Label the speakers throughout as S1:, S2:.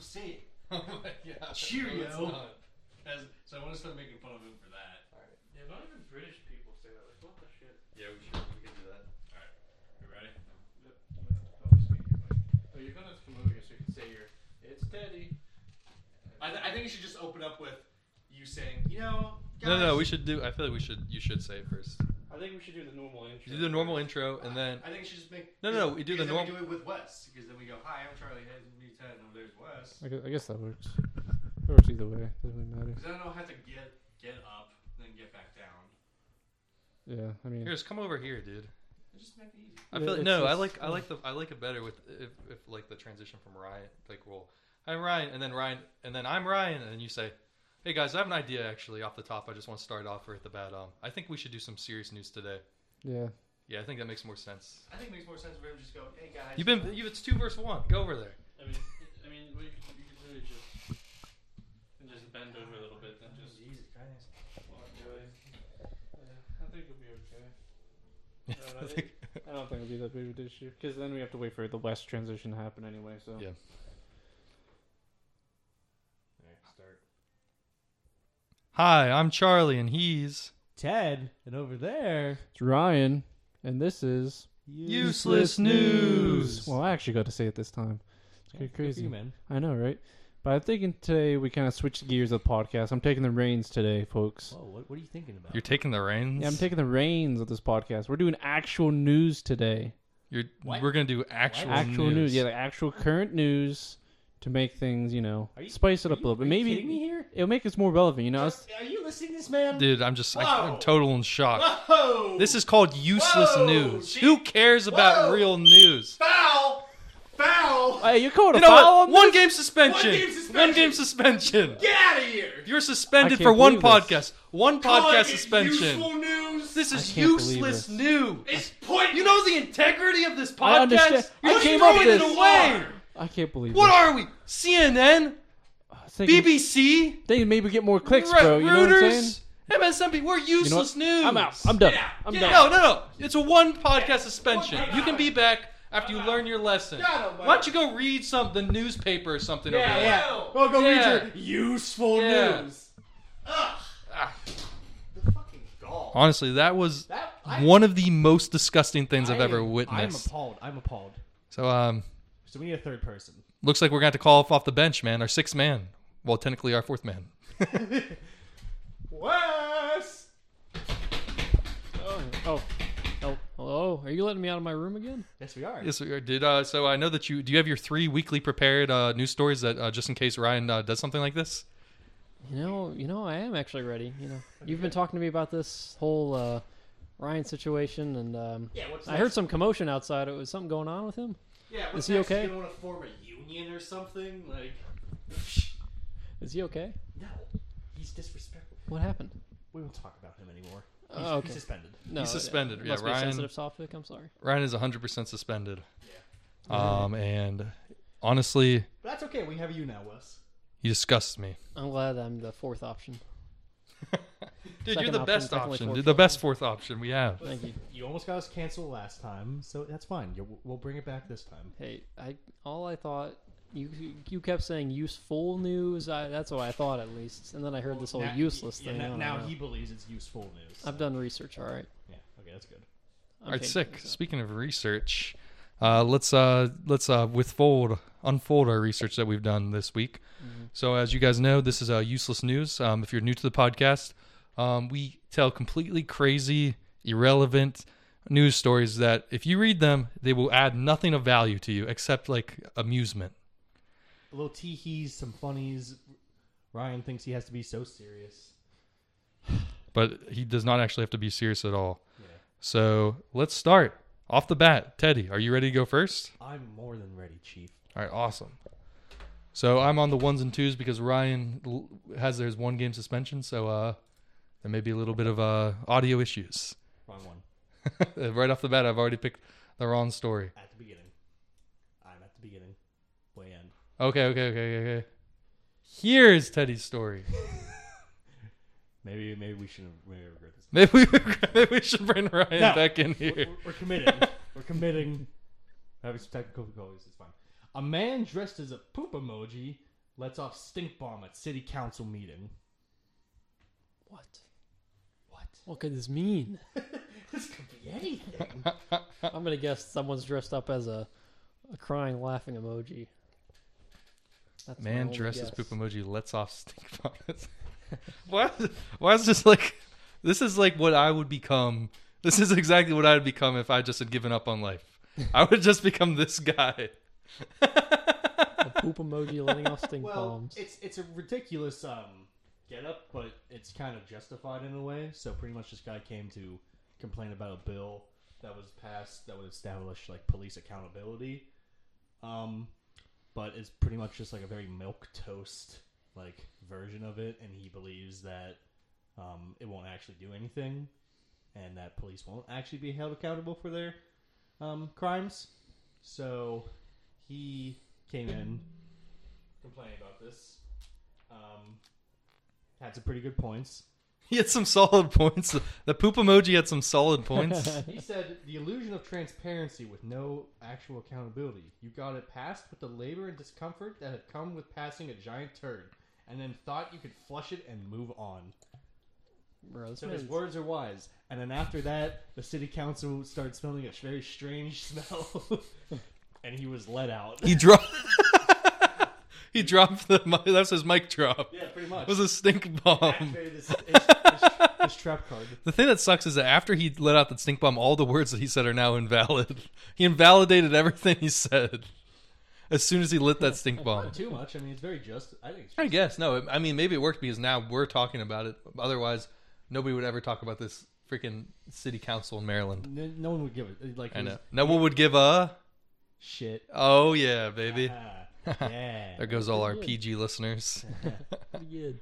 S1: say it.
S2: Oh my god.
S1: Cheerio.
S2: No, it's not. As, so I want to start making fun of him for that.
S1: All right.
S3: Yeah, not even British people say that. Like, what the shit?
S1: Yeah, we should. We can do that.
S2: You ready?
S3: Yep. Like, I'll just make it like, oh, you're going to Kamuga, so you can say your, it's Teddy.
S1: I, th- I think you should just open up with you saying, you know, guys,
S4: No, no, we should do. I feel like we should. You should say it first.
S3: I think we should do the normal intro.
S4: You do the normal intro, and then
S1: I think you should just make.
S4: No, no, no, we do
S1: because
S4: the
S1: then
S4: norm-
S1: We do it with Wes because then we go, "Hi, I'm Charlie. Hey, it's me, Ted, and there's Wes."
S5: I guess, I guess that works. It works either way. Doesn't really matter.
S1: Because then I'll have to get get up, then get back down.
S5: Yeah, I mean,
S4: here, just come over here, dude.
S1: It just make it easy.
S4: I
S5: Yeah,
S4: feel like,
S5: it's
S4: no, I
S5: just-
S4: like I like the I like it better with if, if like the transition from Ryan like well I'm Ryan and then Ryan and then I'm Ryan and then you say hey guys I have an idea actually off the top I just want to start off with the bat um I think we should do some serious news today
S5: yeah.
S4: yeah I think that makes more sense
S1: I think it makes more sense for him to just go, "Hey guys."
S4: you've been you it's two verse one go over there
S3: I mean, I mean, we could, you could really just, and just bend over a little bit and just
S1: Jesus Christ.
S3: walk away. Yeah, I think it'll be okay. Uh,
S4: I think-
S5: I don't think it'll be that big of an issue because then we have to wait for the West transition to happen anyway. So
S4: Yeah.
S1: start.
S4: hi I'm Charlie and he's
S6: Ted, and over there,
S5: it's Ryan, and this is
S4: Useless News.
S5: Well, I actually got to say it this time. It's
S6: Yeah,
S5: pretty
S6: good for
S5: crazy.
S6: you, man.
S5: I know, right? But I'm thinking today we kind of switched gears of the podcast. I'm taking the reins today, folks.
S6: Whoa, what, what are you thinking about?
S4: you're taking the reins
S5: Yeah, I'm taking the reins of this podcast. We're doing actual news today.
S4: you're
S6: What?
S4: we're gonna do actual
S5: actual news. Yeah, like actual current news to make things, you know,
S6: Are you-
S5: spice it
S6: Are
S5: up a little bit.
S6: you
S5: Maybe
S6: kidding me here?
S5: it'll make us more relevant, you know? It's-
S6: Are you listening to this man?
S4: dude I'm just I,
S1: Whoa.
S4: I'm total in shock
S1: Whoa!
S4: This is called useless
S1: Whoa,
S4: news.
S1: she-
S4: Who cares about
S1: Whoa.
S4: real news?
S1: foul, foul.
S5: Hey, you called a
S4: You know
S5: foul
S4: what?
S5: on
S4: One
S5: this?
S4: game suspension.
S1: One game suspension.
S4: One game suspension.
S1: Get out of here.
S4: You're
S5: I
S4: suspended
S5: can't
S4: for one
S5: believe
S4: podcast.
S5: this.
S4: One
S1: Calling
S4: podcast
S1: it
S4: suspension.
S1: Useful news.
S4: This is
S5: can't believe
S4: useless
S5: this.
S4: news.
S1: It's pointless.
S4: You know the integrity of this
S5: I
S4: podcast.
S5: understand.
S4: You're
S5: I
S4: just
S5: came up
S4: throwing it
S5: with this.
S4: away.
S5: I can't believe
S4: What
S5: this.
S4: are we? CNN,
S5: I was thinking,
S4: BBC,
S5: thinking maybe get more clicks,
S4: Re-
S5: bro. You know what I'm saying?
S4: Reuters, MSNBC. We're
S5: You know what?
S4: useless news.
S5: I'm out. I'm done.
S1: Get out.
S5: I'm
S1: Get
S5: done.
S4: No, no, no. It's a one podcast suspension. You can be back after you learn your lesson.
S1: God almighty.
S4: Why don't you go read some the newspaper or something? over there?
S1: Well, go
S4: Yeah.
S1: read your useful
S4: Yeah. Ah.
S1: news. Ugh. The fucking gall.
S4: Honestly, that was
S1: That
S4: one of the most disgusting things I've
S6: I
S4: ever
S6: am-
S4: witnessed.
S6: I'm appalled. I'm appalled.
S4: so, um,
S6: So we need a third person.
S4: looks like we're gonna have to call off off the bench, man. Our sixth man. Well, technically, our fourth man.
S1: Wes.
S5: Oh, oh, oh, hello. Are you letting me out of my room again?
S6: Yes, we are.
S4: yes, we are. Did uh, so? I know that you do. You have your three weekly prepared uh, news stories that uh, just in case Ryan uh, does something like this.
S7: You know, you know, I am actually ready. You know, you've been talking to me about this whole uh, Ryan situation, and um,
S1: Yeah, what's
S7: I heard some commotion outside. It was something going on with him.
S1: Yeah, what's
S7: Is he
S1: next?
S7: okay?
S1: You don't want to form a union or something? Like,
S7: Is he okay?
S6: No, he's disrespectful.
S7: What happened?
S6: We won't talk about him anymore. He's,
S7: Oh,
S6: he's
S7: okay.
S6: suspended.
S7: No,
S4: He's
S7: it-
S4: suspended.
S7: It
S4: Yeah,
S7: must be
S4: Ryan-
S7: a sensitive topic. I'm sorry.
S4: Ryan is 100% suspended. Yeah. Um, and honestly,
S6: But that's okay. We have you now, Wes.
S4: he disgusts me.
S7: I'm glad I'm the fourth option.
S4: Dude,
S7: Second
S4: you're the
S7: option,
S4: best
S7: secondly
S4: option.
S7: fourth
S4: Dude, the best fourth option we have.
S7: Thank you.
S6: You almost got us canceled last time, so that's fine. You're, we'll bring it back this time.
S7: Hey, I all I thought you you kept saying useful news. I, that's what I thought at least, and then I heard this whole
S6: Now-
S7: useless
S6: yeah,
S7: thing. I
S6: Now,
S7: don't
S6: now
S7: know.
S6: he believes it's useful news.
S7: I've done research. All right.
S6: Yeah. Okay, that's good.
S7: I'm
S4: All right,
S7: changing
S4: sick.
S7: things up.
S4: Speaking of research, uh, let's uh, let's uh, withfold unfold our research that we've done this week.
S7: Mm-hmm.
S4: So, as you guys know, this is uh, useless news. Um, if you're new to the podcast, um, we tell completely crazy, irrelevant news stories that, if you read them, they will add nothing of value to you except like amusement.
S6: A little tee hees, some funnies. Ryan thinks he has to be so serious.
S4: But he does not actually have to be serious at all. So let's start off the bat. Teddy, are you ready to go first?
S6: I'm more than ready, Chief.
S4: All right, awesome. So I'm on the ones and twos because Ryan l- has there's one game suspension, so uh, there may be a little bit of uh, audio issues. Uh,
S6: Wrong one.
S4: right off the bat, I've already picked the wrong story.
S6: At the beginning. I'm at the beginning. Way end.
S4: Okay, okay, okay, okay, okay. Here is Teddy's story.
S6: Maybe maybe we shouldn't maybe regret this.
S4: Maybe we, maybe we should bring Ryan
S6: No.
S4: back in here.
S6: We're, we're, we're committing. we're committing. Having some technical difficulties. It's fine. A man dressed as a poop emoji Let's off stink bomb at city council meeting.
S5: What?
S6: What?
S5: What could this mean?
S6: This could be anything.
S5: I'm gonna guess someone's dressed up as a, a crying, laughing emoji. That's my
S4: Man
S5: only
S4: dressed as
S5: guess.
S4: poop emoji lets off stink bombs. why, why is this like? This is like what I would become. This is exactly what I'd become if I just had given up on life. I would just become this guy.
S5: A poop emoji letting off stink
S6: well,
S5: bombs.
S6: it's it's a ridiculous um get up, but it's kind of justified in a way. So pretty much this guy came to complain about a bill that was passed that would establish like police accountability. Um, but it's pretty much just like a very milk toast like version of it, and he believes that um, it won't actually do anything, and that police won't actually be held accountable for their um, crimes. So he came in complaining about this. Um, had some pretty good points.
S4: He had some solid points. The poop emoji had some solid points.
S6: He said the illusion of transparency with no actual accountability. You got it passed with the labor and discomfort that had come with passing a giant turd, and then thought you could flush it and move on.
S5: Bro, this
S6: So his
S5: man's-
S6: words are wise. And then after that, the city council started smelling a very strange smell, and he was let out.
S4: he dropped. he dropped the. mi- That was his mic drop.
S6: Yeah, pretty
S4: It um,
S6: much.
S4: was a stink bomb.
S6: Activated this, this, this, this trap card.
S4: The thing that sucks is that after he let out the stink bomb, all the words that he said are now invalid. He invalidated everything he said as soon as he lit that stink bomb.
S6: Not too much. I mean, it's very just. I think it's
S4: I guess no. I mean, maybe it worked because now we're talking about it. Otherwise, nobody would ever talk about this freaking city council in Maryland.
S6: No, no one would give it. Like,
S4: I
S6: it was
S4: know. No one would give a.
S6: Shit.
S4: Oh yeah, baby.
S6: Ah, yeah.
S4: There goes all our PG listeners.
S5: pretty good.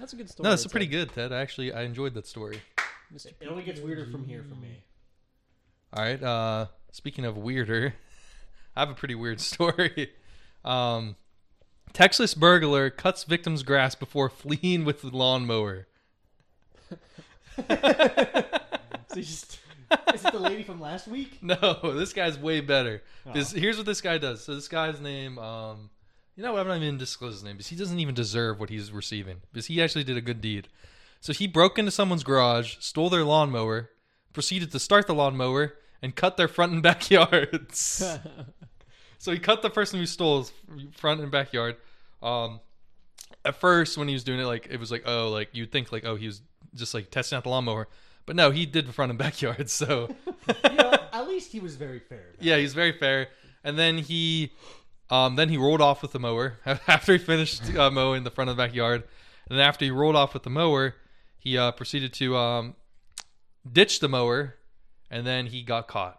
S5: That's a good story.
S4: No, it's
S5: I'd
S4: pretty
S5: say.
S4: good, Ted. I actually I enjoyed that story.
S6: it only gets weirder from here for me.
S4: All right. Uh, speaking of weirder, I have a pretty weird story. Um, Texas burglar cuts victim's grass before fleeing with lawnmower.
S6: So you just, is it the lady from last week?
S4: No, this guy's way better. This,
S6: Oh.
S4: here's what this guy does. So this guy's name, um, you know, what? I'm not even gonna disclose his name because he doesn't even deserve what he's receiving because he actually did a good deed. So he broke into someone's garage, stole their lawnmower, proceeded to start the lawnmower and cut their front and backyards. so he cut the person who stole his front and backyard. Um, at first, when he was doing it, like it was like, oh, like you'd think like, oh, he was just like testing out the lawnmower, but no, he did the front and backyard. So.
S6: You know, at least he was very fair. about it.
S4: Yeah, he's very fair. And then he, um, then he rolled off with the mower after he finished uh, mowing the front of the backyard. And then after he rolled off with the mower, he uh, proceeded to um, ditch the mower, and then he got caught.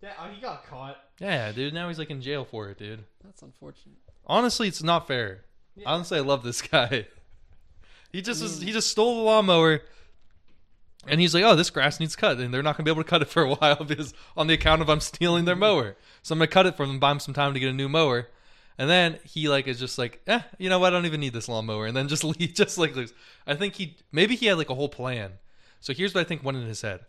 S6: Yeah, oh, he got caught.
S4: Yeah, dude. Now he's like in jail for it, dude.
S5: That's unfortunate.
S4: Honestly, it's not fair. Honestly, I love this guy. He just was, he just stole the lawnmower, and he's like, "Oh, this grass needs cut," and they're not gonna be able to cut it for a while because on the account of I'm stealing their mower. So I'm gonna cut it for them, buy them some time to get a new mower, and then he like is just like, "Eh, you know what? I don't even need this lawnmower," and then just he just like leaves. I think he maybe he had like a whole plan. So here's what I think went in his head.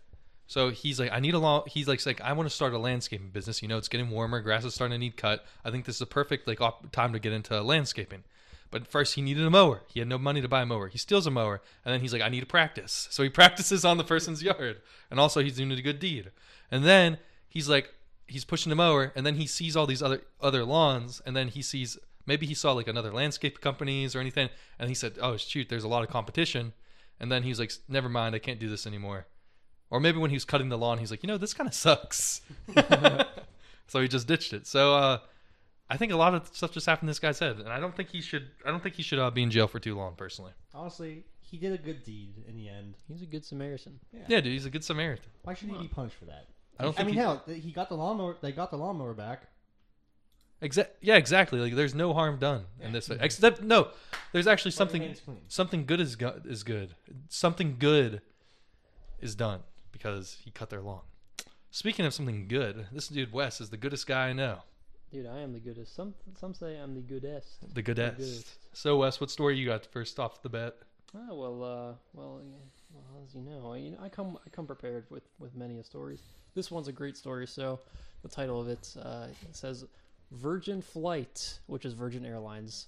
S4: So he's like, I need a lawn. He's like, he's like I want to start a landscaping business. You know, it's getting warmer. Grass is starting to need cut. I think this is the perfect like op- time to get into landscaping. But first, he needed a mower. He had no money to buy a mower. He steals a mower, and then he's like, I need to practice. So he practices on the person's yard, and also he's doing a good deed. And then he's like, he's pushing the mower, and then he sees all these other other lawns, and then he sees maybe he saw like another landscape companies or anything, and he said, oh shoot, there's a lot of competition. And then he's like, never mind, I can't do this anymore. Or maybe when he was cutting the lawn, he's like, you know, this kind of sucks. so he just ditched it. So uh, I think a lot of stuff just happened in this guy's head, and I don't think he should. I don't think he should uh, be in jail for too long, personally.
S6: Honestly, he did a good deed in the end.
S5: He's a good Samaritan.
S4: Yeah, dude, he's a good Samaritan.
S6: Why should he be punished for that?
S4: I don't
S6: I
S4: think.
S6: mean,
S4: he,
S6: hell, th- he got the lawnmower. They got the lawnmower back.
S4: Exa- yeah, exactly. Like, there's no harm done in this. Except, no, there's actually something.
S6: hands clean.
S4: Something good is go- is good. Something good is done because he cut their lawn. Speaking of something good, this dude Wes is the goodest guy I know.
S5: Dude, I am the goodest. Some some say I'm the goodest.
S4: The goodest. So Wes, what story you got first off the bat?
S5: Ah, well, uh, well, yeah, well, as you know, I, you know, I come, I come prepared with with many a stories. This one's a great story. So, the title of it uh, says, Virgin Flight, which is Virgin Airlines.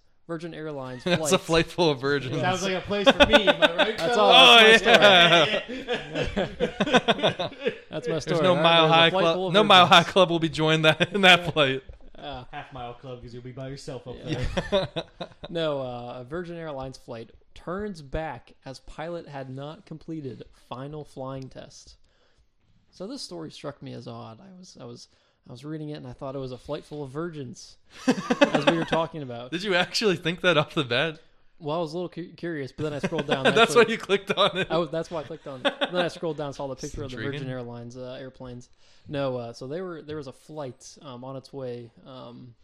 S5: Virgin Airlines.
S4: That's a flight full of virgins.
S6: Sounds like a place for me, am I right?
S5: That's
S6: Phil?
S5: all.
S4: oh
S5: that's my story.
S4: yeah.
S5: That's my story.
S4: There's no
S5: All right,
S4: mile
S5: there's a
S4: high
S5: flight full
S4: club.
S5: of
S4: No mile high
S5: virgins.
S4: club will be joined that in that flight.
S5: Ah.
S6: Half mile club because you'll be by yourself up
S5: Yeah.
S6: there.
S5: No, uh, a Virgin Airlines flight turns back as pilot had not completed final flying test. So this story struck me as odd. I was I was I was reading it and I thought it was a flight full of virgins, as we were talking about.
S4: Did you actually think that off the bat?
S5: Well, I was a little cu- curious, but then I scrolled down. and
S4: That's
S5: actually-
S4: why you clicked on it.
S5: I was, that's why I clicked on. it. And then I scrolled down, and saw the picture of the Virgin
S4: intriguing.
S5: Airlines uh, airplanes. No, uh, so they were there was a flight um, on its way. Um,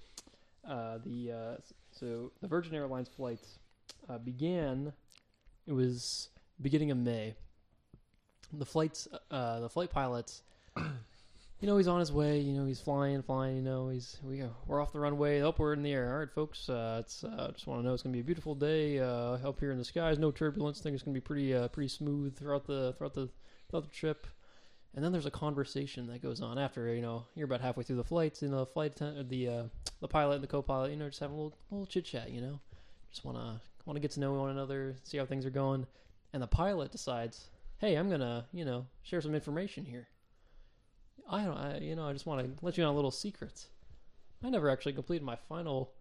S5: uh, the uh, so the Virgin Airlines flight uh, began. It was beginning of May. The flights, uh, the flight pilots. You know he's on his way. You know he's flying, flying. You know he's we uh, we're off the runway. Oh, we're in the air. All right, folks. Uh, it's uh, just want to know it's gonna be a beautiful day uh, up here in the skies. No turbulence. Thing it's gonna be pretty uh, pretty smooth throughout the throughout the throughout the trip. And then there's a conversation that goes on after you know you're about halfway through the flight. You know the flight attend- the uh, the pilot and the co-pilot. You know just having a little little chit chat. You know just wanna wanna get to know one another, see how things are going. And the pilot decides, hey, I'm gonna you know share some information here. I don't, I, you know, I just want to let you know a little secret. I never actually completed my final,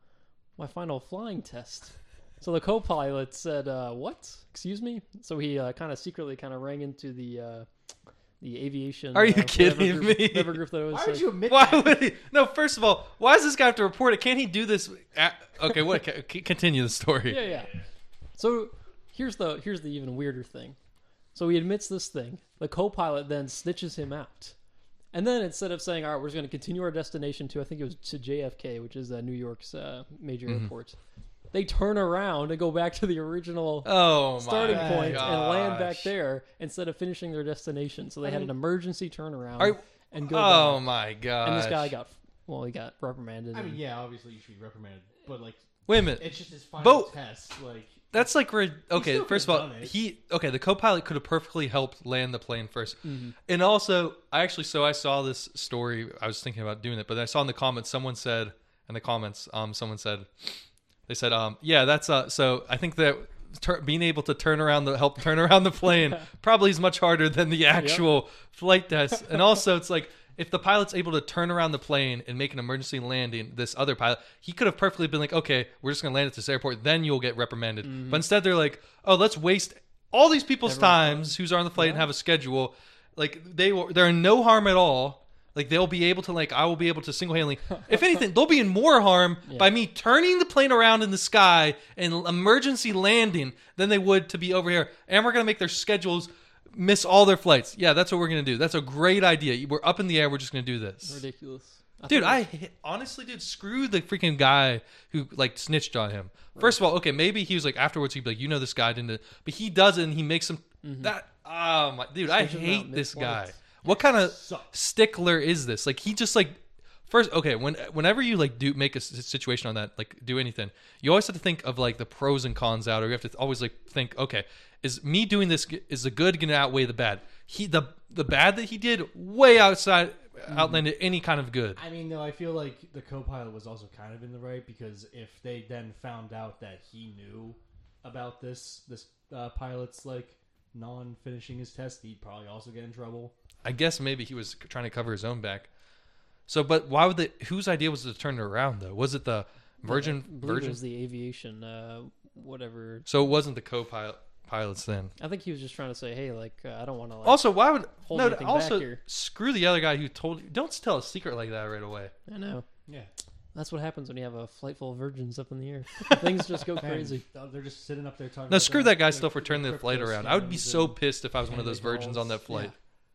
S5: my final flying test. So the co-pilot said, uh, "What? Excuse me." So he uh, kind of secretly kind of rang into the, uh, the aviation.
S4: Are you
S5: uh, whatever
S4: kidding
S5: group-
S4: me?
S5: Whatever group that it was.
S6: Why
S5: uh,
S6: would you admit
S4: Why would he? No, first of all, why does this guy have to report it? Can't he do this? At, okay, what? c- c- Continue the story.
S5: yeah, yeah. So here's the here's the even weirder thing. So he admits this thing. The co-pilot then snitches him out, and then instead of saying, "All right, we're just going to continue our destination to," I think it was to JFK, which is uh, New York's uh, major
S4: Mm-hmm.
S5: airport. They turn around and go back to the original
S4: Oh my
S5: starting point and land back
S4: gosh.
S5: there instead of finishing their destination. So they had an emergency turnaround
S4: Are-
S5: and go.
S4: Oh
S5: back.
S4: my god!
S5: and this guy got well, he got reprimanded.
S6: I
S5: and-
S6: mean, yeah, obviously you should be reprimanded, but like
S4: Wait a minute.
S6: it's just his final
S4: Both-
S6: test. Like
S4: That's like re- okay.
S6: still
S4: First of
S6: could've
S4: all,
S6: done it.
S4: he okay. The co-pilot could have perfectly helped land the plane 1st
S6: Mm-hmm.
S4: and also I actually so I saw this story. I was thinking about doing it, but I saw in the comments someone said in the comments, um, someone said they said, um, yeah, that's uh. So I think that tur being able to turn around the help turn around the plane probably is much harder than the actual flight test. And also, it's like if the pilot's able to turn around the plane and make an emergency landing, this other pilot he could have perfectly been like, okay, we're just gonna land at this airport, then you'll get reprimanded. But instead, they're like, oh, let's waste all these people's times who's on the flight and have a schedule. Like they will, they're in no harm at all. Like they'll be able to like I will be able to single handedly. If anything, they'll be in more harm by me turning the plane around in the sky and emergency landing than they would to be over here. And we're gonna make their schedules miss all their flights. Yeah, that's what we're gonna do. That's a great idea. We're up in the air. We're just gonna do this,
S5: ridiculous.
S4: dude. I h- honestly, dude, screw the freaking guy who like snitched on him. First of all, okay, maybe he was like afterwards he'd be like, you know, this guy didn't, do-" but he does it and he makes him that. Oh my, dude, I
S5: Snitch him out
S4: hate this
S5: mid-flight.
S4: guy. What kind of
S6: sucks.
S4: stickler is this? Like he just like first okay when whenever you like do make a s- situation on that like do anything you always have to think of like the pros and cons out or you have to always like think okay is me doing this g- is the good gonna outweigh the bad he the the bad that he did way outside outlanded any kind of good
S6: I mean, though, I feel like the co-pilot was also kind of in the right because if they then found out that he knew about this, this uh, pilot's like non-finishing his test, he'd probably also get in trouble.
S4: i guess maybe he was c- trying to cover his own back so but why would they whose idea was it to turn it around though was it the virgin
S5: I believe it
S4: virgin
S5: was the aviation, uh, whatever.
S4: so it wasn't the co-pilot pilots then
S5: I think he was just trying to say, hey, like uh, I don't want to like.
S4: also why would
S5: hold
S4: no
S5: anything back
S4: also
S5: here.
S4: screw the other guy who told you don't tell a secret like that right away
S5: I know.
S6: Yeah,
S5: That's what happens when you have a flight full of virgins up in the air. Things just go crazy.
S6: Oh, They're just sitting up there talking.
S4: No,
S6: about
S4: screw
S6: their-
S4: that guy
S6: their-
S4: still for turning the
S6: their
S4: flight
S6: crypto
S4: around. I would be
S6: scams
S4: so
S6: and-
S4: pissed if I was one of those
S6: Canada
S4: virgins on
S6: dolls.
S4: that flight.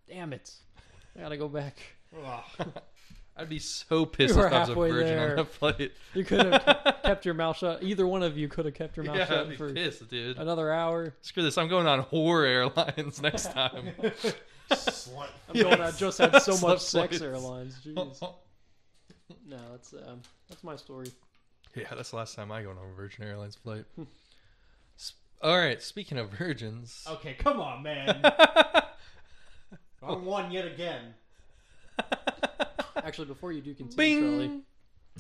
S5: Damn it! I gotta go back.
S4: I'd be so pissed
S5: were
S4: if I was a
S5: halfway
S4: virgin
S5: there.
S4: on that flight.
S5: You could have kept your mouth shut. Either one of you could have kept your mouth
S4: Yeah, I'd
S5: shut
S4: be
S5: for
S4: pissed, dude.
S5: another hour.
S4: Screw this. I'm going on horror airlines next time.
S2: Slut.
S5: I'm going. I just had so
S4: Yes.
S5: much sex.
S4: Flights.
S5: Airlines. Jeez. No, that's um, that's my story.
S4: yeah, that's the last time I go on a Virgin Airlines flight. S- All right, speaking of virgins,
S6: Okay, come on, man. I won yet again.
S5: Actually, before you do continue,
S4: Bing!
S5: Charlie,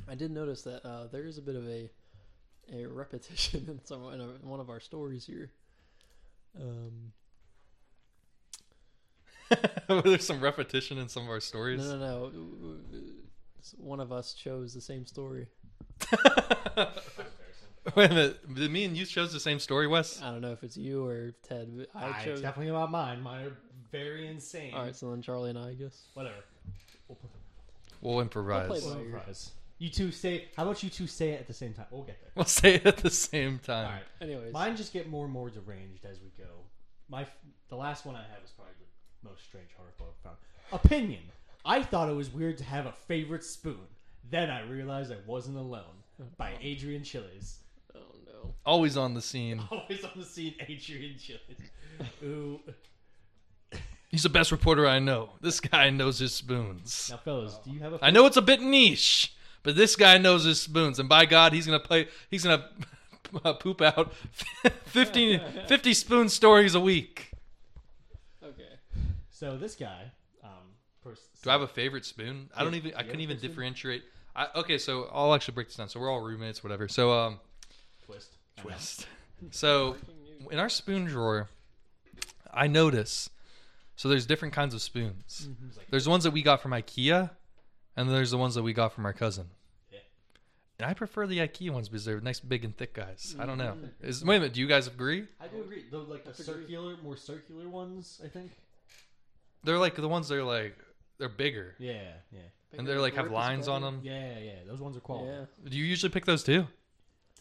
S5: I did notice that uh, there is a bit of a a repetition in some in, a, in one of our stories here. Um,
S4: There's some repetition in some of our stories.
S5: no, no, no. It's One of us chose the same story.
S4: Wait a minute. Did me and you chose the same story, Wes?
S5: I don't know if it's you or Ted. But I
S6: I
S5: chose.
S6: definitely about mine. Mine are very insane.
S5: All right, so then Charlie and I, I guess.
S6: Whatever.
S4: We'll improvise.
S5: I'll play
S4: We'll,
S5: both.
S6: Well, surprise. You two say. How about you two say it at the same time? We'll get there.
S4: say it at the same time.
S6: All right.
S5: Anyways,
S6: Mine just get more and more deranged as we go. My f- the last one I have is probably the most strange horrorfilm I've found. Opinion. I thought it was weird to have a favorite spoon. Then I realized I wasn't alone. By Adrian Chiles.
S5: oh no.
S4: Always on the scene.
S6: Always on the scene, Adrian Chiles. Ooh.
S4: He's the best reporter I know. This guy knows his spoons.
S6: Now, fellas, do you have a
S4: I know it's a bit niche, but this guy knows his spoons, and by God, he's gonna play. He's gonna uh, poop out 50, 50 spoon stories a week.
S5: Okay.
S6: So this guy, um, pers-
S4: Do I have a favorite spoon? I don't even. I couldn't even differentiate. I, okay, so I'll actually break this down. So we're all roommates, whatever. So um,
S6: twist?
S4: twist. So in our spoon drawer, I notice. So there's different kinds of spoons. There's ones that we got from IKEA, and then there's the ones that we got from our cousin.
S6: Yeah.
S4: And I prefer the IKEA ones because they're nice, big, and thick guys. I don't know. Is, wait a minute. Do you guys agree?
S6: I do agree. The like the circular, more circular ones, I think.
S4: They're like the ones that are like they're bigger
S6: Yeah, yeah,
S4: and they're like have
S5: Rip is
S4: lines on
S5: better.
S4: them.
S6: yeah, yeah. Those ones are quality.
S5: Yeah.
S4: Do you usually pick those too,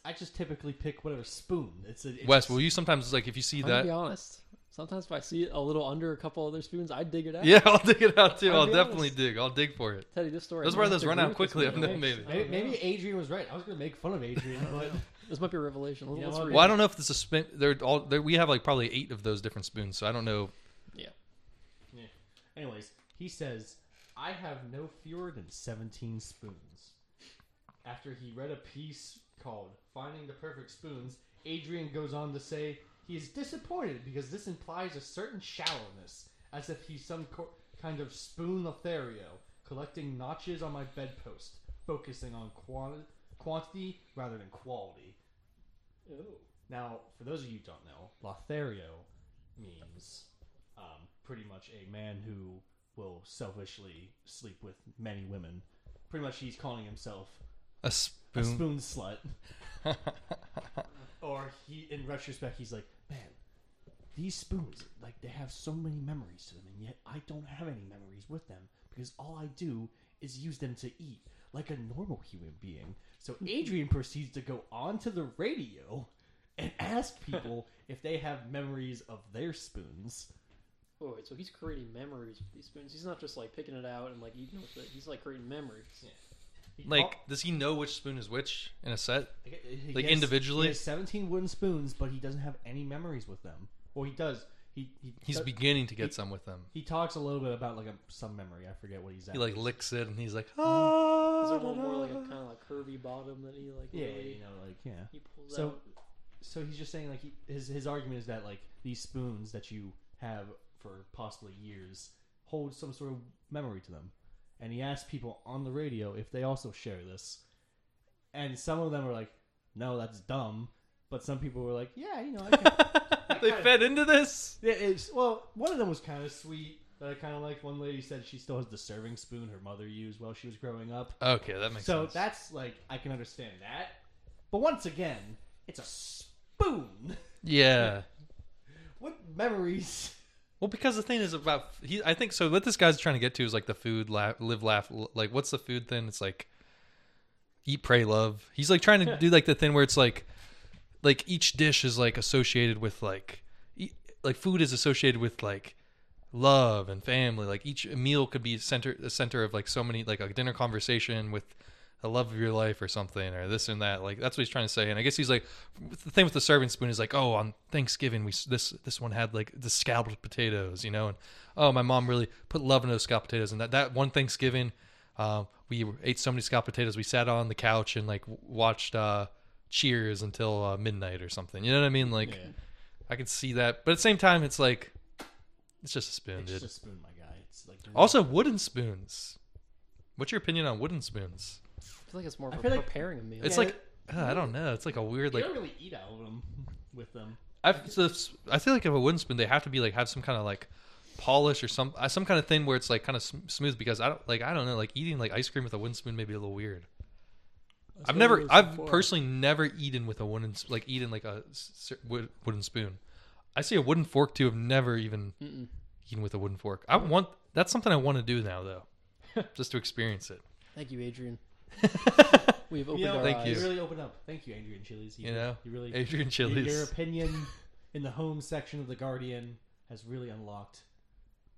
S6: I just typically pick whatever spoon. It's a it's
S4: Wes? Will you sometimes like if you see
S5: I'm gonna
S4: that?
S5: be honest. Sometimes if I see it a little under a couple other spoons, I dig it out.
S4: Yeah, I'll dig it out too.
S5: I'll
S4: I'll
S5: be
S4: definitely
S5: honest.
S4: dig. I'll dig for it.
S5: Teddy, this story.
S4: Those
S5: I
S4: were
S5: might have
S4: those
S5: to
S4: run
S5: agree
S4: out
S5: with
S4: quickly.
S5: This,
S4: I've
S5: one.
S4: never made it.
S6: Maybe, maybe Adrian was right. I was gonna make fun of Adrian, but
S5: This might be a revelation. Let's,
S6: You know
S5: let's
S6: what?
S5: read
S4: Well, I
S5: it.
S4: don't know if this is spin. They're all. They're, we have like probably eight of those different spoons, so I don't know.
S6: anyways, he says I have no fewer than seventeen spoons. After he read a piece called "Finding the Perfect Spoons," Adrian goes on to say he is disappointed because this implies a certain shallowness, as if he's some co- kind of spoon Lothario, collecting notches on my bedpost, focusing on quanti- quantity rather than quality. Now, for those of you who don't know, Lothario means um, pretty much a man who will selfishly sleep with many women. Pretty much, he's calling himself
S4: A
S6: a
S4: spoon.
S6: spoon slut. or he, in retrospect, he's like, man, these spoons, like they have so many memories to them, and yet I don't have any memories with them because all I do is use them to eat like a normal human being. So Adrian proceeds to go onto the radio and ask people if they have memories of their spoons.
S5: Oh, wait, so he's creating memories with these spoons. He's not just like picking it out and like eating with it. He's like creating memories.
S6: He
S4: Like,
S6: call-
S4: does he know which spoon is which in a set?
S6: He- he
S4: Like,
S6: has-
S4: individually?
S6: he has seventeen wooden spoons, but he doesn't have any memories with them. Well, he does. He, he
S4: He's
S6: does-
S4: beginning to get
S6: he-
S4: some with them.
S6: He talks a little bit about like a, some memory. I forget what he's at.
S4: He like licks it and he's like,
S5: Is
S4: ah.
S5: there one more like a kind of like curvy bottom that he like
S6: yeah,
S5: really
S6: you know, like yeah.
S5: he pulls
S6: So-
S5: out?
S6: So he's just saying like he, his his argument is that like these spoons that you have for possibly years hold some sort of memory to them, and he asks people on the radio if they also share this, and some of them are like, no, that's dumb, but some people were like, yeah, you know, I can,
S4: they fed into this.
S6: Yeah, it's well, one of them was kind of sweet that I kind of liked. One lady said she still has the serving spoon her mother used while she was growing up.
S4: Okay, that makes
S6: So
S4: sense.
S6: that's like I can understand that. But once again, it's a spoon.
S4: yeah.
S6: What memories?
S4: Well, because the thing is about he, I think so. What this guy's trying to get to is like the food, laugh, live, laugh. l- Like, what's the food thing? It's like eat, pray, love. He's like trying to do like the thing where it's like, like each dish is like associated with like, e- like food is associated with like love and family. Like each meal could be center, the center of like so many like a dinner conversation with the love of your life or something or this and that. Like that's what he's trying to say. And I guess he's like with the thing with the serving spoon is like, oh, on Thanksgiving we s- this this one had like the scalloped potatoes, you know, and oh, my mom really put love into those scalloped potatoes. And that that one Thanksgiving, uh, we ate so many scalloped potatoes. We sat on the couch and like w- watched uh, Cheers until uh, midnight or something. You know what I mean? Like I can see that, but at the same time, it's like it's just a spoon,
S6: It's
S4: dude.
S6: just a spoon, my guy. It's like
S4: Also, wooden spoons. What's your opinion on wooden spoons?
S5: I feel like it's more
S6: I
S5: of a
S6: feel like-
S5: preparing a meal.
S4: It's
S6: Yeah,
S4: like uh, I don't know. It's like a weird
S6: You
S4: like
S6: don't really eat out of them with them.
S4: I've, so s- I feel like if a wooden spoon, they have to be like have some kind of like polish or some uh, some kind of thing where it's like kind of sm- smooth because I don't like I don't know like eating like ice cream with a wooden spoon may be a little weird. I've never I've personally never eaten with a wooden s- like eaten like a s- s- wood, wooden spoon. I see a wooden fork too. I've never even
S5: Mm-mm.
S4: eaten with a wooden fork. I want that's something I want to do now though, just to experience it.
S5: Thank you, Adrian. We've opened
S6: know, uh,
S5: our
S4: Thank
S5: eyes.
S4: you.
S6: really open up. Thank you, Andrew and Chili's.
S4: You know,
S6: you really
S4: Adrian
S6: your-
S4: Chili's.
S6: Your opinion in the home section of the Guardian has really unlocked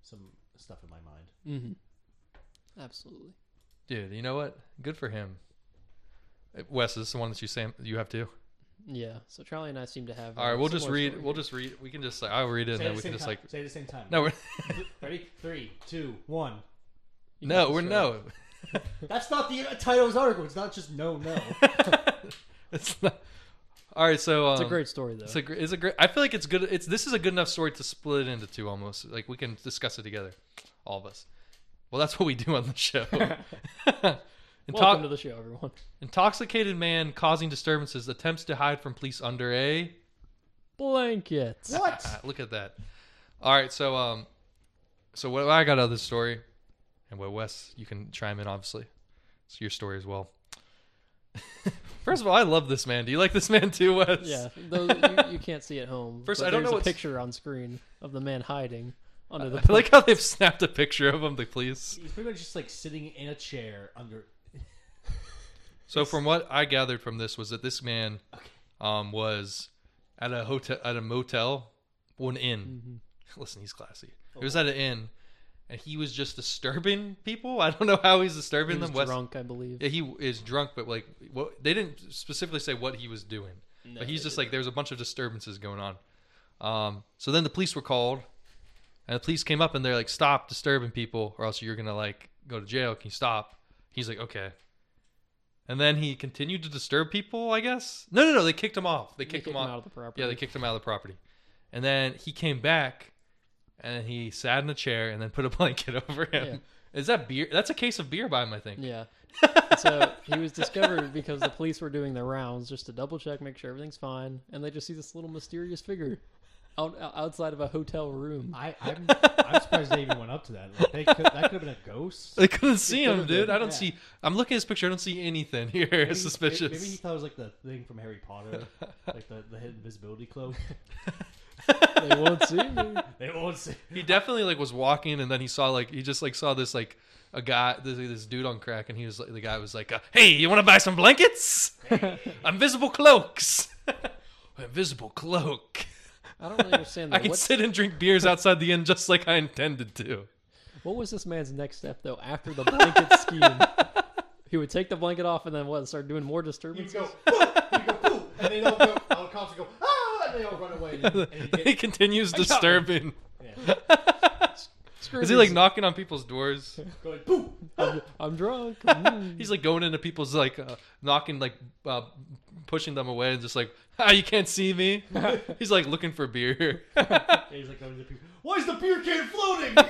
S6: some stuff in my mind.
S5: Mm-hmm. Absolutely.
S4: Dude, you know what? Good for him. Uh, Wes, is this the one that you say you have too?
S5: Yeah. So Charlie and I seem to have.
S4: All right,
S5: uh,
S4: we'll just
S5: similar
S4: read.
S5: story.
S4: We'll just read. We can just like I'll read it, and
S6: say, it
S4: then
S6: at
S4: we
S6: the same
S4: can just
S6: time.
S4: like
S6: say it at the same time.
S4: no, we're,
S6: ready? Three, two, one.
S5: You can
S4: no,
S5: just
S4: we're
S5: read
S4: no.
S6: That's not the title of the article. It's not just no, no.
S4: It's not. All right, so um,
S5: It's a great story, though.
S4: It's a, gr- it's a great. I feel like it's good. It's this is a good enough story to split it into two almost. Like we can discuss it together, all of us. Well, that's what we do on the show. Into-
S5: Welcome to the show, everyone.
S4: Intoxicated man causing disturbances attempts to hide from police under a.
S5: Blankets.
S4: Ah, look at that. All right, so um, so what I got out of this story, and what Wes, you can chime in. Obviously, it's your story as well. First of all, I love this man. Do you like this man too, Wes?
S5: Yeah, those you, you can't see at home.
S4: First,
S5: but
S4: I don't
S5: there's
S4: know
S5: a
S4: what's-
S5: picture on screen of the man hiding under the.
S4: I like how they've snapped a picture of him. The police.
S6: He's pretty much just like sitting in a chair under.
S4: So from what I gathered from this was that this man um, was at a hotel at a motel, well, an inn.
S5: Mm-hmm.
S4: Listen, he's classy.
S5: Oh,
S4: He was at an inn, and he was just disturbing people. I don't know how he's disturbing
S5: He was
S4: them. Wes-
S5: drunk, I believe.
S4: yeah, he is drunk, but like what they didn't specifically say what he was doing. but he's just like there was a bunch of disturbances going on. Um, so then the police were called, and the police came up and they're like, "Stop disturbing people, or else you're gonna like go to jail. Can you stop?" He's like, "Okay." And then he continued to disturb people. I guess no, no, no. They kicked him off. They
S5: They
S4: kicked him
S5: out
S4: off.
S5: of the property.
S4: Yeah, they kicked him out of the property. And then he came back, and he sat in a chair and then put a blanket over him. Is that beer? That's a case of beer by him, I think.
S5: Yeah. so he was discovered because the police were doing their rounds just to double check, make sure everything's fine, and they just see this little mysterious figure out, out- outside of a hotel room.
S6: I, I'm, I'm surprised they even went up to that. Like, they could, that could have been a ghost.
S4: They couldn't see him,
S6: could've been,
S4: dude. I don't
S6: yeah.
S4: see. I'm looking at his picture. I don't see anything here.
S6: Maybe-
S4: suspicious.
S6: Maybe he thought it was like the thing from Harry Potter, like the, the invisibility cloak.
S5: They won't see me.
S6: They won't see.
S4: He definitely like was walking, and then he saw like he just like saw this like a guy this, this dude on crack, and he was like the guy was like, uh, "Hey, you want to buy some blankets? Invisible cloaks, invisible cloak.
S5: I don't really understand
S4: I
S5: that.
S4: can
S5: What,
S4: sit and drink beers outside the inn just like I intended to."
S5: what was this man's next step though? After the blanket scheme, he would take the blanket off and then what? Start doing more
S6: You
S5: disturbances.
S6: go, "Boo!" you go, "Boo!" and they all go. All the cops go, ah, and they all run away. And, and you
S4: And
S6: get,
S4: he continues disturbing.
S6: yeah,
S5: Screw
S4: Is he like
S5: these-
S4: knocking on people's doors?
S6: going, "Boo!"
S5: I'm drunk. Mm.
S4: He's like going into people's like uh, knocking, like uh, pushing them away, and just like, ah, you can't see me. He's like looking for beer.
S6: And he's like going to the people. Why is the beer can floating? What's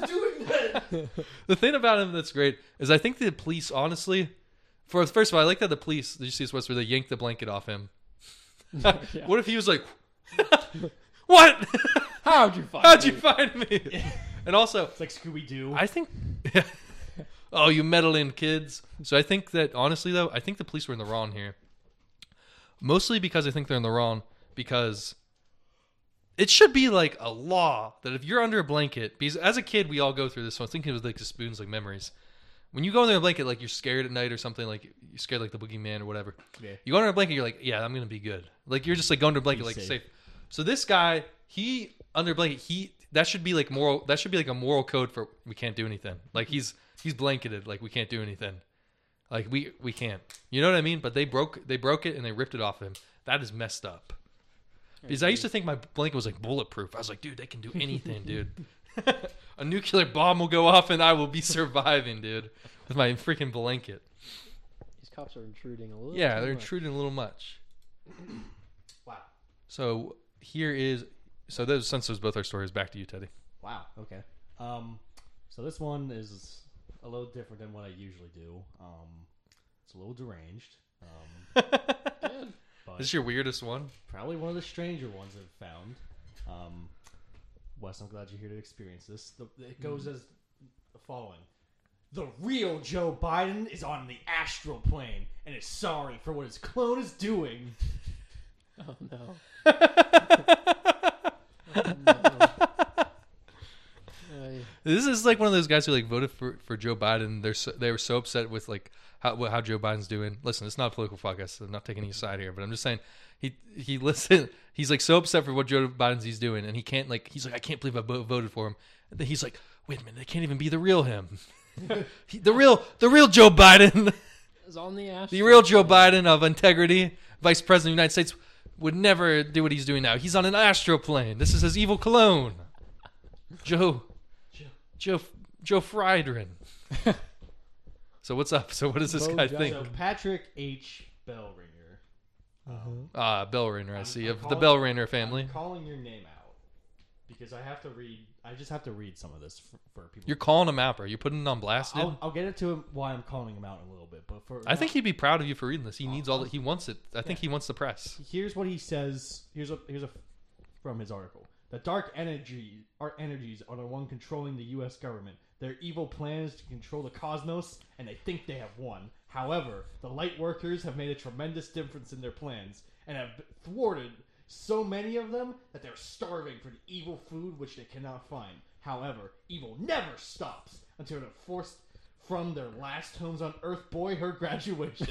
S6: it doing that?
S4: the thing about him that's great is I think the police, honestly, for first of all, I like that the police. Did you see this? What's where they yanked the blanket off him? What if he was like, "What?
S5: How'd you find?
S4: How'd you find me?" and also,
S6: It's like Scooby Doo.
S4: I think, oh, you meddling kids. So I think that honestly, though, I think the police were in the wrong here. Mostly because I think they're in the wrong because it should be like a law that if you're under a blanket, because as a kid we all go through this. So I think it was like the spoons, like memories. When you go under a blanket, like you're scared at night or something, like you're scared like the boogeyman or whatever.
S6: Yeah.
S4: You go under a blanket, you're like, yeah, I'm gonna be good. Like you're just like going under a blanket, like
S6: safe.
S4: safe. So this guy, he under blanket, he that should be like moral. That should be like a moral code for we can't do anything. Like he's he's blanketed, like we can't do anything. Like we we can't. You know what I mean? But they broke they broke it and they ripped it off him. That is messed up. Because I used to think my blanket was like bulletproof. I was like, dude, they can do anything, dude. a nuclear bomb will go off and I will be surviving, dude, with my freaking blanket.
S5: These cops are intruding a little.
S4: Yeah,
S5: too
S4: they're
S5: much.
S4: intruding a little much.
S6: Wow.
S4: So here is so those since those both our stories, back to you, Teddy.
S6: Wow. Okay. Um, so this one is a little different than what I usually do. Um, it's a little deranged. Um, but
S4: This is your weirdest one.
S6: probably one of the stranger ones I've found. Um, Wes, I'm glad you're here to experience this. The, it goes as the following. The real Joe Biden is on the astral plane and is sorry for what his clone is doing.
S5: Oh no. I-
S4: This is like one of those guys who like voted for, for Joe Biden. They're so, they were so upset with like how what, how Joe Biden's doing. Listen, it's not a political podcast. I'm not taking any side here, but I'm just saying he he listen. He's like so upset for what Joe Biden's he's doing, and he can't like he's like I can't believe I bo- voted for him. And then he's like, wait a minute, they can't even be the real him. He- the real the real Joe Biden,
S5: It's on the ash.
S4: the real Joe Biden of integrity, Vice President of the United States would never do what he's doing now. He's on an astroplane. This is his evil clone, Joe. Joe Joe Friedrin. so what's up? So what does this
S5: Bo
S4: guy
S5: Jackson.
S4: think?
S6: So Patrick H. Bellringer. Um,
S4: Ah, Bellringer, I see,
S6: I'm
S4: of the
S6: calling-
S4: Bellringer family.
S6: I'm calling your name out because I have to read. I just have to read some of this for, for people.
S4: You're calling him out, bro. You're putting him on blast, dude.
S6: I'll, I'll get it to him why I'm calling him out in a little bit, but for
S4: I think he'd be proud of you for reading this. He needs all that. He wants it. I think he wants the press.
S6: here's what he says. Here's a here's a from his article. The dark energy, our energies, are the one controlling the U.S. government. Their evil plans to control the cosmos, and they think they have won. However, the light workers have made a tremendous difference in their plans and have thwarted so many of them that they're starving for the evil food which they cannot find. However, evil never stops until they're forced from their last homes on Earth boyhood graduation.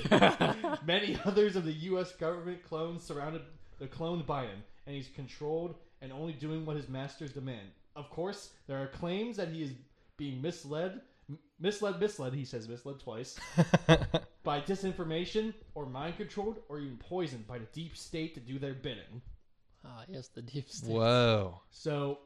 S6: Many others of the U.S. government clones surrounded the cloned Biden, and he's controlled and only doing what his masters demand. Of course, there are claims that he is being misled, m- misled, misled. He says misled twice by disinformation, or mind controlled, or even poisoned by the deep state to do their bidding.
S5: Ah, yes, the deep state.
S4: Whoa.
S6: So,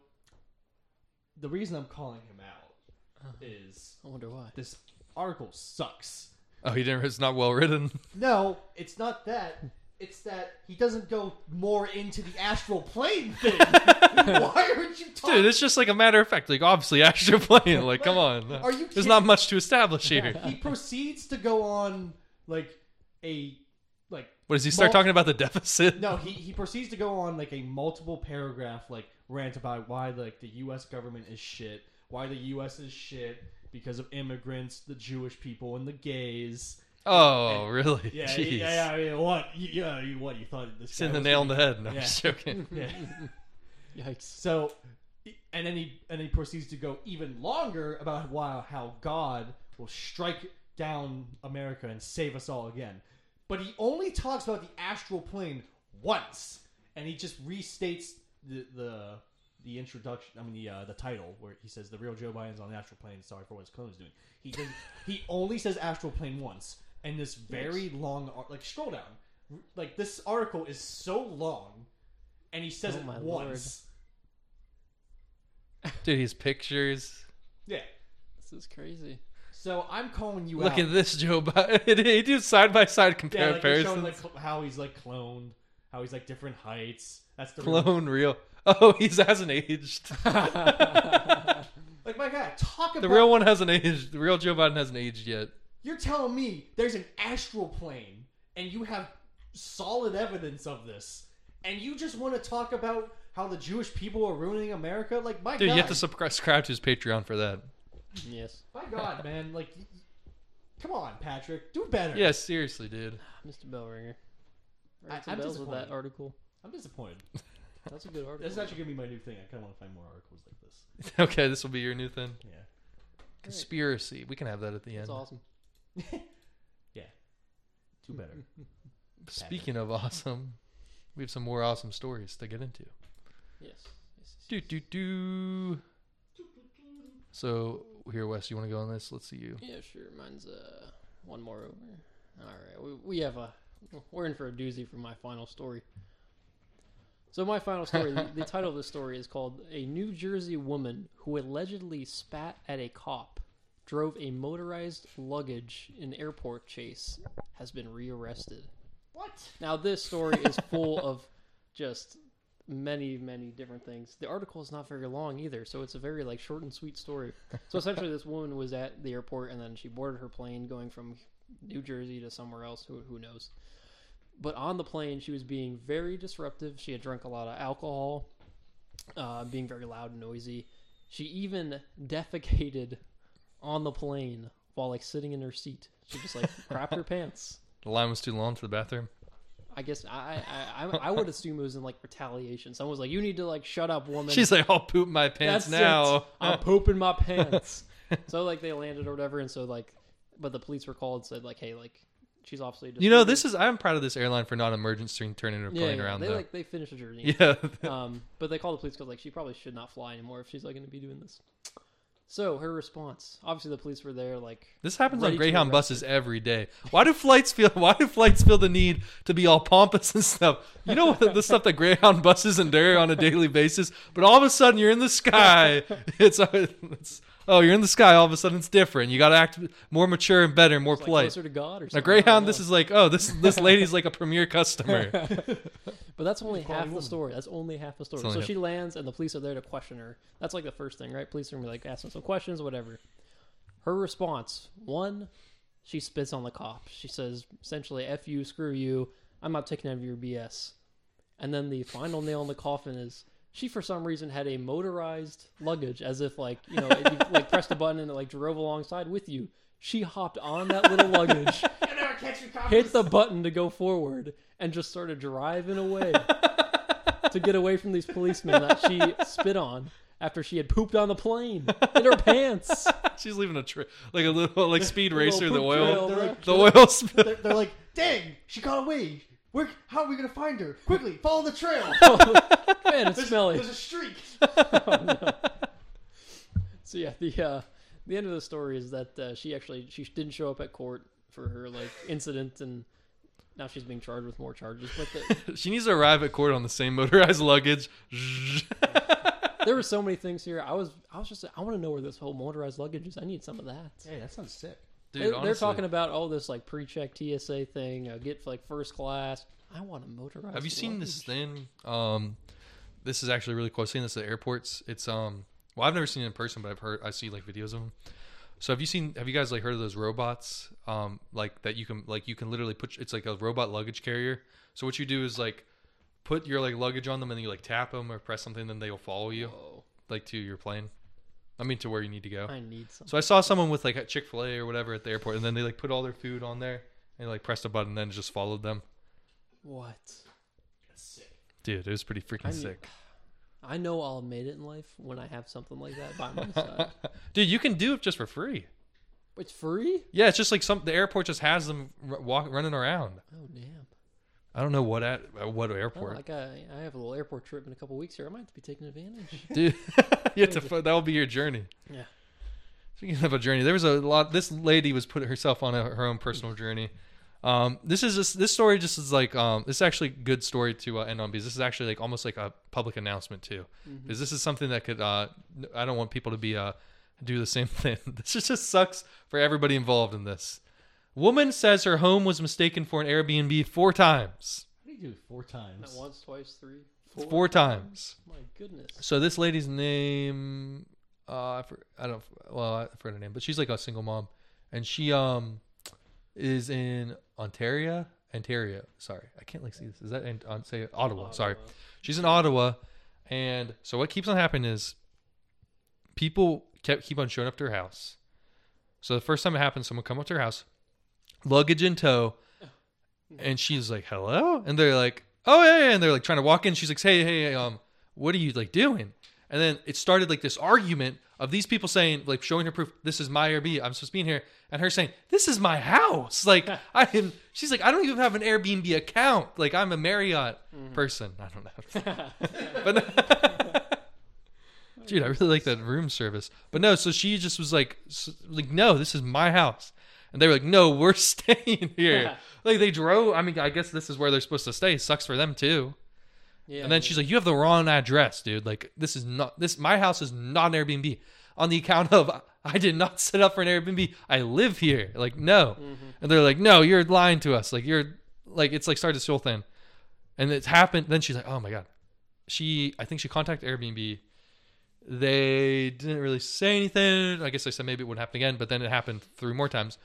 S6: the reason I'm calling him out is
S5: I wonder why.
S6: this article sucks.
S4: Oh, he didn't. It's not well written.
S6: No, it's not that. It's that he doesn't go more into the astral plane thing. Why aren't you talking?
S4: Dude, it's just like a matter of fact. Like obviously, extra playing. Like, come on.
S6: Are you
S4: There's
S6: kidding?
S4: not much to establish here.
S6: he proceeds to go on like a like
S4: What does he start
S6: Mul-
S4: talking about the deficit?
S6: no he, he proceeds to go on like a multiple paragraph like rant about why like the U.S. government is shit, why the U.S. is shit because of immigrants, the Jewish people, and the gays.
S4: Oh, really?
S6: Yeah,
S4: Jeez.
S6: yeah, yeah. I mean, what? You, yeah, you, what you thought? This guy
S4: Send the
S6: was
S4: nail on
S6: gonna-
S4: the head. No,
S6: Yeah.
S4: I'm just joking.
S6: Yeah.
S5: Yikes.
S6: So, e, and then he and he proceeds to go even longer about wow how God will strike down America and save us all again. But he only talks about the astral plane once, and he just restates the the the introduction. I mean the uh, the title where he says the real Joe Biden's on the astral plane. Sorry for what his clone is doing. He does, he only says astral plane once, and this very long ar- like scroll down. Like this article is so long, and he says
S5: Oh,
S6: it
S5: my
S6: once.
S5: lord.
S4: Dude, his pictures.
S6: Yeah.
S5: This is crazy.
S6: So I'm calling you
S4: Look
S6: out.
S4: at this, Joe Biden. He do side by side
S6: yeah, like they're showing
S4: comparisons.
S6: like cl- how he's like cloned, how he's like different heights. That's the real-
S4: Clone real. Oh, he hasn't aged.
S6: Like my guy, talk about
S4: The real one hasn't aged. The real Joe Biden hasn't aged yet.
S6: You're telling me there's an astral plane and you have solid evidence of this, and you just want to talk about how the Jewish people are ruining America? Like my
S4: Dude,
S6: god,
S4: you have to subscribe to his Patreon for that.
S5: Yes.
S6: my god, man, like. y- y- Come on, Patrick. Do better.
S4: Yeah, seriously, dude.
S5: Mr. Bellringer.
S6: I-
S5: Ring some
S6: I'm
S5: bells with that
S6: disappointed.
S5: article.
S6: I'm disappointed.
S5: That's a good article.
S6: This is actually going to be my new thing. I kind of want to find more articles like this.
S4: Okay, this will be your new thing.
S6: Yeah.
S4: Conspiracy. We can have that at the end.
S5: That's awesome.
S6: Do better.
S4: Speaking of awesome, we have some more awesome stories to get into.
S5: Yes. yes, yes.
S4: Do do do. So here, Wes, you want to go on this? Let's see you.
S5: Yeah, sure. Mine's uh one more over. All right, we, we have a we're in for a doozy for my final story. So my final story, the, the title of this story is called "A New Jersey Woman Who Allegedly Spat at a Cop, Drove a Motorized Luggage in Airport Chase, Has Been Rearrested." What? Now this story is full of just many many different things. The article is not very long either, so it's a very like short and sweet story. So essentially, this woman was at the airport and then she boarded her plane going from New Jersey to somewhere else. Who who knows? But on the plane, she was being very disruptive. She had drunk a lot of alcohol, uh, being very loud and noisy. She even defecated on the plane while like sitting in her seat. She just like crapped her pants.
S4: The line was too long to the bathroom.
S5: I guess I I, I I would assume it was in like retaliation. Someone was like, "You need to like shut up, woman."
S4: She's like, I'll poop my pants
S5: That's
S4: now.
S5: it. I'm pooping my pants. so like they landed or whatever, and so like, but the police were called and said like, "Hey, like, she's obviously."
S4: You know, this is I'm proud of this airline for not emergency turning her
S5: yeah,
S4: plane
S5: yeah,
S4: around
S5: They
S4: though.
S5: like they finished her journey.
S4: yeah.
S5: um, but they called the police because like she probably should not fly anymore if she's like going to be doing this. So her response, obviously the police were there. Like
S4: This happens
S5: ready
S4: on
S5: to
S4: Greyhound
S5: arrest
S4: buses every day. Why do flights feel why do flights feel the need to be all pompous and stuff? You know the, the stuff that Greyhound buses endure on a daily basis, but all of a sudden you're in the sky. It's, it's oh, you're in the sky all of a sudden it's different. You got to act more mature and better, and more
S5: like
S4: polite.
S5: closer to God or
S4: Now
S5: something. I don't
S4: Greyhound
S5: know.
S4: this is like, oh, this this lady's like a premier customer.
S5: But that's only half the
S6: woman.
S5: story. That's only half the story.
S4: only
S5: So
S4: half-
S5: she lands, and the police are there to question her. That's like the first thing, right? Police are gonna be like asking some questions, whatever. Her response: one, she spits on the cop. She says essentially, "F you, screw you. I'm not taking any of your BS." And then the final nail in the coffin is she, for some reason, had a motorized luggage, as if like you know, if you, like pressed a button and it like drove alongside with you. She hopped on that little luggage hit the button to go forward and just started driving away to get away from these policemen that she spit on after she had pooped on the plane in her pants.
S4: She's leaving a tra- like a little like speed racer the
S6: poop trail.
S4: oil
S6: They're-
S4: the oil spill.
S6: They're, they're like, dang, she got away. Where? How are we gonna find her? Quickly, follow the trail.
S5: Man, it's smelly.
S6: There's a streak.
S5: So yeah, the uh, the end of the story is that uh, she actually she didn't show up at court for her like incident, and now she's being charged with more charges. But the,
S4: She needs to arrive at court on the same motorized luggage.
S5: there were so many things here. I was I was just I want to know where this whole motorized luggage is. I need some of that.
S6: Hey, that sounds sick.
S4: Dude,
S5: they're, they're
S4: honestly.
S5: talking about all this like pre-check TSA thing, uh, get like first class. I want a motorized.
S4: Have you seen this
S5: luggage.
S4: thing? Um, this is actually really cool. I've seen this at airports. It's um, well, I've never seen it in person, but I've heard I see like videos of them. So have you seen? Have you guys like heard of those robots? Um, like that you can like you can literally put. It's like a robot luggage carrier. So what you do is like put your like luggage on them, and then you like tap them or press something, then they will follow you
S5: Oh,
S4: like to your plane. I mean to where you need to go.
S5: I need some.
S4: So I saw someone with like Chick Fil A or whatever at the airport, and then they like put all their food on there and like pressed a button, and then it just followed them.
S5: What?
S4: Dude, it was pretty freaking
S5: I need-
S4: sick.
S5: I know I'll have made it in life when I have something like that by my side.
S4: Dude, you can do it just for free.
S5: It's free?
S4: Yeah, it's just like some the airport just has them r- walk, running around.
S5: Oh damn!
S4: I don't know what at uh, what
S5: Oh,
S4: airport,
S5: I got. I have a little airport trip in a couple weeks here. I might have to be taking advantage.
S4: dude. you have to, fi- that'll be your journey.
S5: Yeah.
S4: Speaking of a journey, there was a lot. This lady was put herself on a, her own personal journey. Um, this is just, this story just is like um, this is actually a good story to uh, end on because this is actually like almost like a public announcement too
S5: Mm-hmm.
S4: because this is something that could uh, n- I don't want people to be uh, do the same thing. this just, just sucks for everybody involved in this. Woman says her home was mistaken for an Airbnb four times.
S6: What do you do four times?
S5: Not once, twice, three,
S4: Four,
S5: four.
S4: times.
S5: My goodness.
S4: So this lady's name, uh, I, for, I don't, well, I forgot her name, but she's like a single mom, and she um is in Ontario, Ontario. Sorry, I can't like see this. Is that in, on, say Ottawa? Sorry, she's in Ottawa, and so what keeps on happening is people kept keep on showing up to her house. So the first time it happened, someone come up to her house, luggage in tow, and she's like, "Hello," and they're like, "Oh yeah,", yeah," and they're like trying to walk in. She's like, "Hey, hey, hey, um, what are you like doing?" And then it started like this argument of these people saying, like, showing her proof, "This is my Airbnb. I'm supposed to be in here," and her saying, "This is my house." Like, I am. She's like, "I don't even have an Airbnb account. Like, I'm a Marriott person. I don't know." but dude, I really like that room service. But no, so she just was like, s- like, "No, this is my house." And they were like, no, we're staying here. like they drove. I mean, I guess this is where they're supposed to stay. Sucks for them too.
S5: Yeah.
S4: And then she's like, you have the wrong address, dude. Like this is not this. My house is not an Airbnb. On the account of I did not set up for an Airbnb. I live here. Like no. And they're like, no, you're lying to us. Like you're like it's like started this whole thing. And it's happened. Then she's like, oh my god, she I think she contacted Airbnb. They didn't really say anything. I guess they said maybe it would happen again, but then it happened three more times.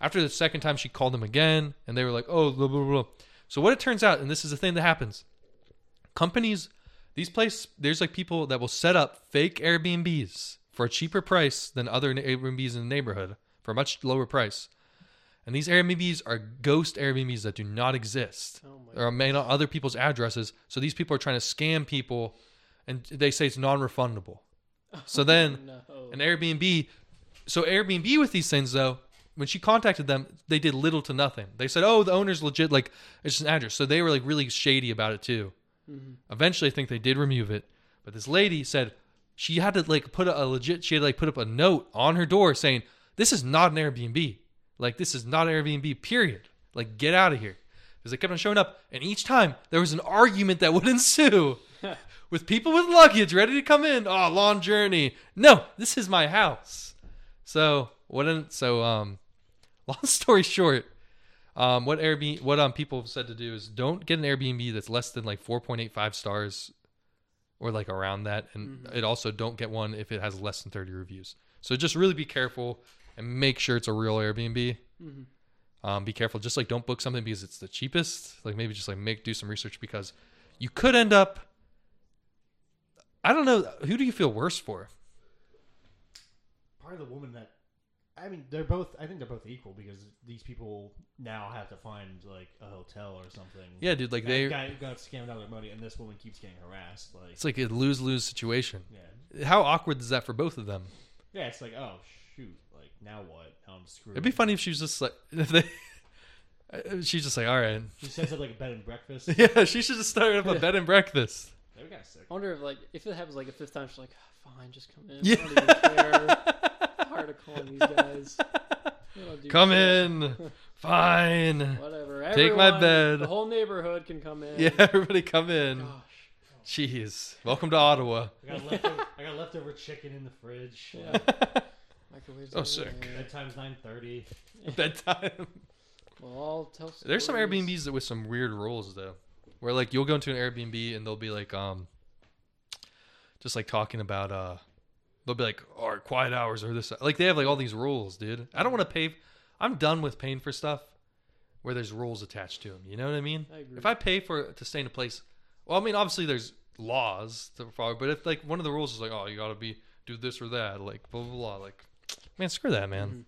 S4: After the second time, she called them again, and they were like, "Oh, blah blah blah." So what it turns out, and this is the thing that happens, companies, these places, there's like people that will set up fake Airbnbs for a cheaper price than other na- Airbnbs in the neighborhood for a much lower price. And these Airbnbs are ghost Airbnbs that do not exist
S5: Oh my.
S4: or made on other people's addresses. So these people are trying to scam people, and they say it's non-refundable. So then
S5: No.
S4: an Airbnb, so Airbnb with these things though, when she contacted them, they did little to nothing. They said, "Oh, the owner's legit. Like it's just an address." So they were like really shady about it too. Eventually, I think they did remove it, but this lady said she had to like put a, a legit. She had to, like put up a note on her door saying, "This is not an Airbnb. Like this is not an Airbnb. Period. Like get out of here." Because they kept on showing up, and each time there was an argument that would ensue with people with luggage ready to come in. Oh, long journey. No, this is my house. So what? An, so um, long story short, um, what Airbnb, what um people have said to do is don't get an Airbnb that's less than like four point eight five stars, or like around that, and it also don't get one if it has less than thirty reviews. So just really be careful and make sure it's a real Airbnb. Um, be careful. Just like don't book something because it's the cheapest. Like maybe just like make do some research because you could end up. I don't know. Who do you feel worse for?
S6: Probably the woman that. I mean, they're both. I think they're both equal because these people now have to find like a hotel or something.
S4: Yeah, dude. Like
S6: That
S4: they,
S6: guy got scammed out of their money, and this woman keeps getting harassed. Like,
S4: it's like a lose lose situation.
S6: yeah,
S4: How awkward is that for both of them?
S6: yeah. It's like, oh shoot, like now what? Now I'm screwed.
S4: It'd be funny if she was just like if they. She's just like, all right.
S6: She sets up like a bed and breakfast.
S4: Yeah, she should just start up a bed and breakfast.
S6: They were kind of sick.
S5: I wonder if like if it happens like a fifth time, she's like, "Ah, fine, just come in.
S4: Yeah.
S5: I don't even care. Tired of calling these guys. They don't do
S4: Come
S5: shit.
S4: in, fine.
S5: Whatever.
S4: Take my
S5: Everyone-
S4: bed.
S5: The whole neighborhood can come in.
S4: Yeah, everybody come in.
S5: Gosh.
S4: Jeez, welcome to Ottawa.
S6: I got, leftover, I got leftover chicken in the fridge.
S5: Yeah.
S6: Like,
S5: Microwaves.
S4: Oh,
S5: over
S4: sick.
S5: there.
S6: bedtime's nine thirty.
S4: Bedtime.
S5: Well, I'll tell. Stories.
S4: There's some Airbnbs that with some weird rules though, where like you'll go into an Airbnb and they'll be like, um, just like talking about uh, they'll be like, all right, quiet hours or this. Like they have like all these rules, dude. I don't want to pay. I'm done with paying for stuff where there's rules attached to them. You know what I mean?
S5: I agree.
S4: If I pay for to stay in a place, well, I mean, obviously there's laws to follow, but if like one of the rules is like, oh, you gotta be do this or that, like blah blah blah, like, man, screw that, man.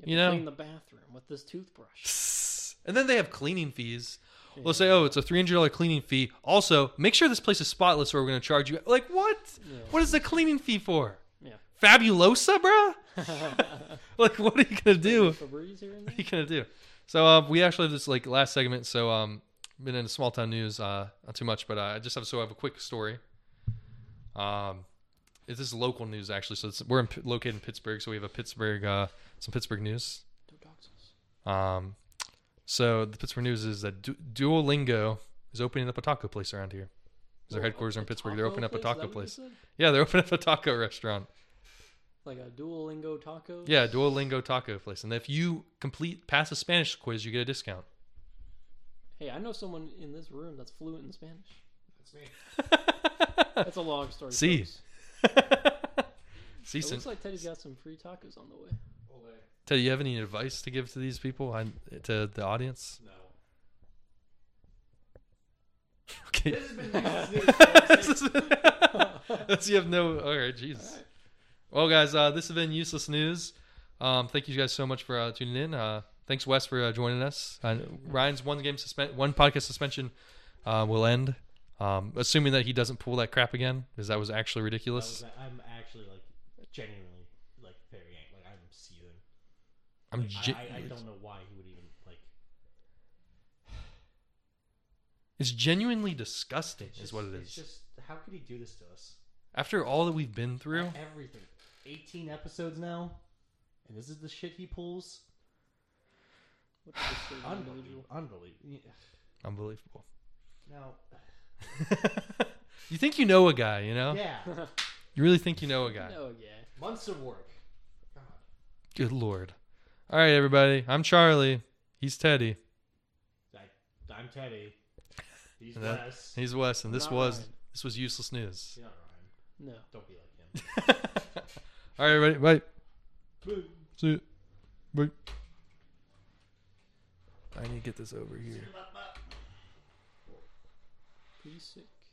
S5: have
S4: you
S5: to
S4: know-
S5: clean the bathroom with this toothbrush.
S4: And then they have cleaning fees. They'll say, oh, it's a three hundred dollar cleaning fee. Also, make sure this place is spotless, or we're gonna charge you. Like what?
S5: Yeah.
S4: What is the cleaning fee for?
S5: Yeah.
S4: Fabulosa, bruh. like what are you gonna do?
S5: Febreze here and
S4: What are
S5: there.
S4: you gonna do? So uh, we actually have this like last segment. So um, been in small town news, uh, not too much, but uh, I just have so I have a quick story. Um, this is local news actually. So it's, we're in, located in Pittsburgh, so we have a Pittsburgh uh, some Pittsburgh news.
S5: Don't dox us.
S4: Um, so the Pittsburgh news is that du- Duolingo is opening up a taco place around here. Their
S5: Oh,
S4: headquarters are in
S5: a
S4: Pittsburgh. They're
S5: taco
S4: opening up a
S5: place? Is that
S4: taco
S5: what you
S4: place.
S5: said?
S4: Yeah, they're opening up a taco restaurant.
S5: Like a Duolingo taco.
S4: Yeah, Duolingo taco place. And if you complete pass a Spanish quiz, you get a discount.
S5: Hey, I know someone in this room that's fluent in Spanish.
S6: That's me.
S5: That's a long story.
S4: See.
S5: folks. It
S4: Decent.
S5: looks like Teddy's got some free tacos on the way.
S4: Ted, you have any advice to give to these people and to the audience?
S6: No.
S4: Okay. That's- you have no. All right, jeez. Well, guys, uh, this has been useless news. Um, thank you guys so much for uh, tuning in. Uh, thanks, Wes, for uh, joining us. Uh, Ryan's one game suspension, one podcast suspension uh, will end, um, assuming that he doesn't pull that crap again, because that was actually
S6: That
S4: ridiculous.
S6: was- I'm actually like genuinely like very angry. Like I'm seething.
S4: I'm
S6: I-
S4: ge-
S6: I, I don't know why he would even like.
S4: it's genuinely disgusting,
S6: It's
S4: is
S6: just-
S4: what it
S6: It's
S4: is.
S6: just how could he do this to us?
S4: After all that we've been through,
S6: Everything. 18 episodes now, and this is the shit he pulls.
S5: What a disturbing individual.
S6: Unbelievable. Unbelievable. Yeah.
S4: unbelievable.
S6: Now,
S4: you think you know a guy, you know?
S6: yeah,
S4: You really think you know a guy?
S5: Oh yeah.
S6: months of work. God.
S4: Good lord. All right, everybody. I'm Charlie. He's Teddy.
S6: I, I'm Teddy. He's
S4: And that-
S6: Wes.
S4: He's Wes, and this was
S5: Ryan.
S4: This was useless news.
S6: You're not Ryan.
S5: No.
S6: Don't be like him.
S4: All right, everybody. Bye. See you. Bye. I need to get this over here.
S5: Piece of